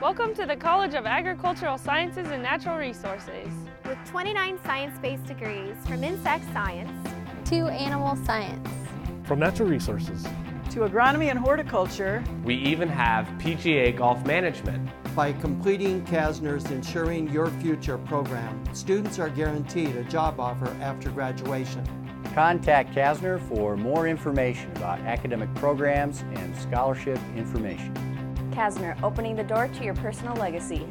Welcome to the College of Agricultural Sciences and Natural Resources. with 29 science-based degrees from insect science to animal science. from natural resources. to agronomy and horticulture We even have PGA Golf Management. By completing CASNER's Ensuring Your Future program, students are guaranteed a job offer after graduation. Contact Casner for more information about academic programs and scholarship information. Kasner, opening the door to your personal legacy.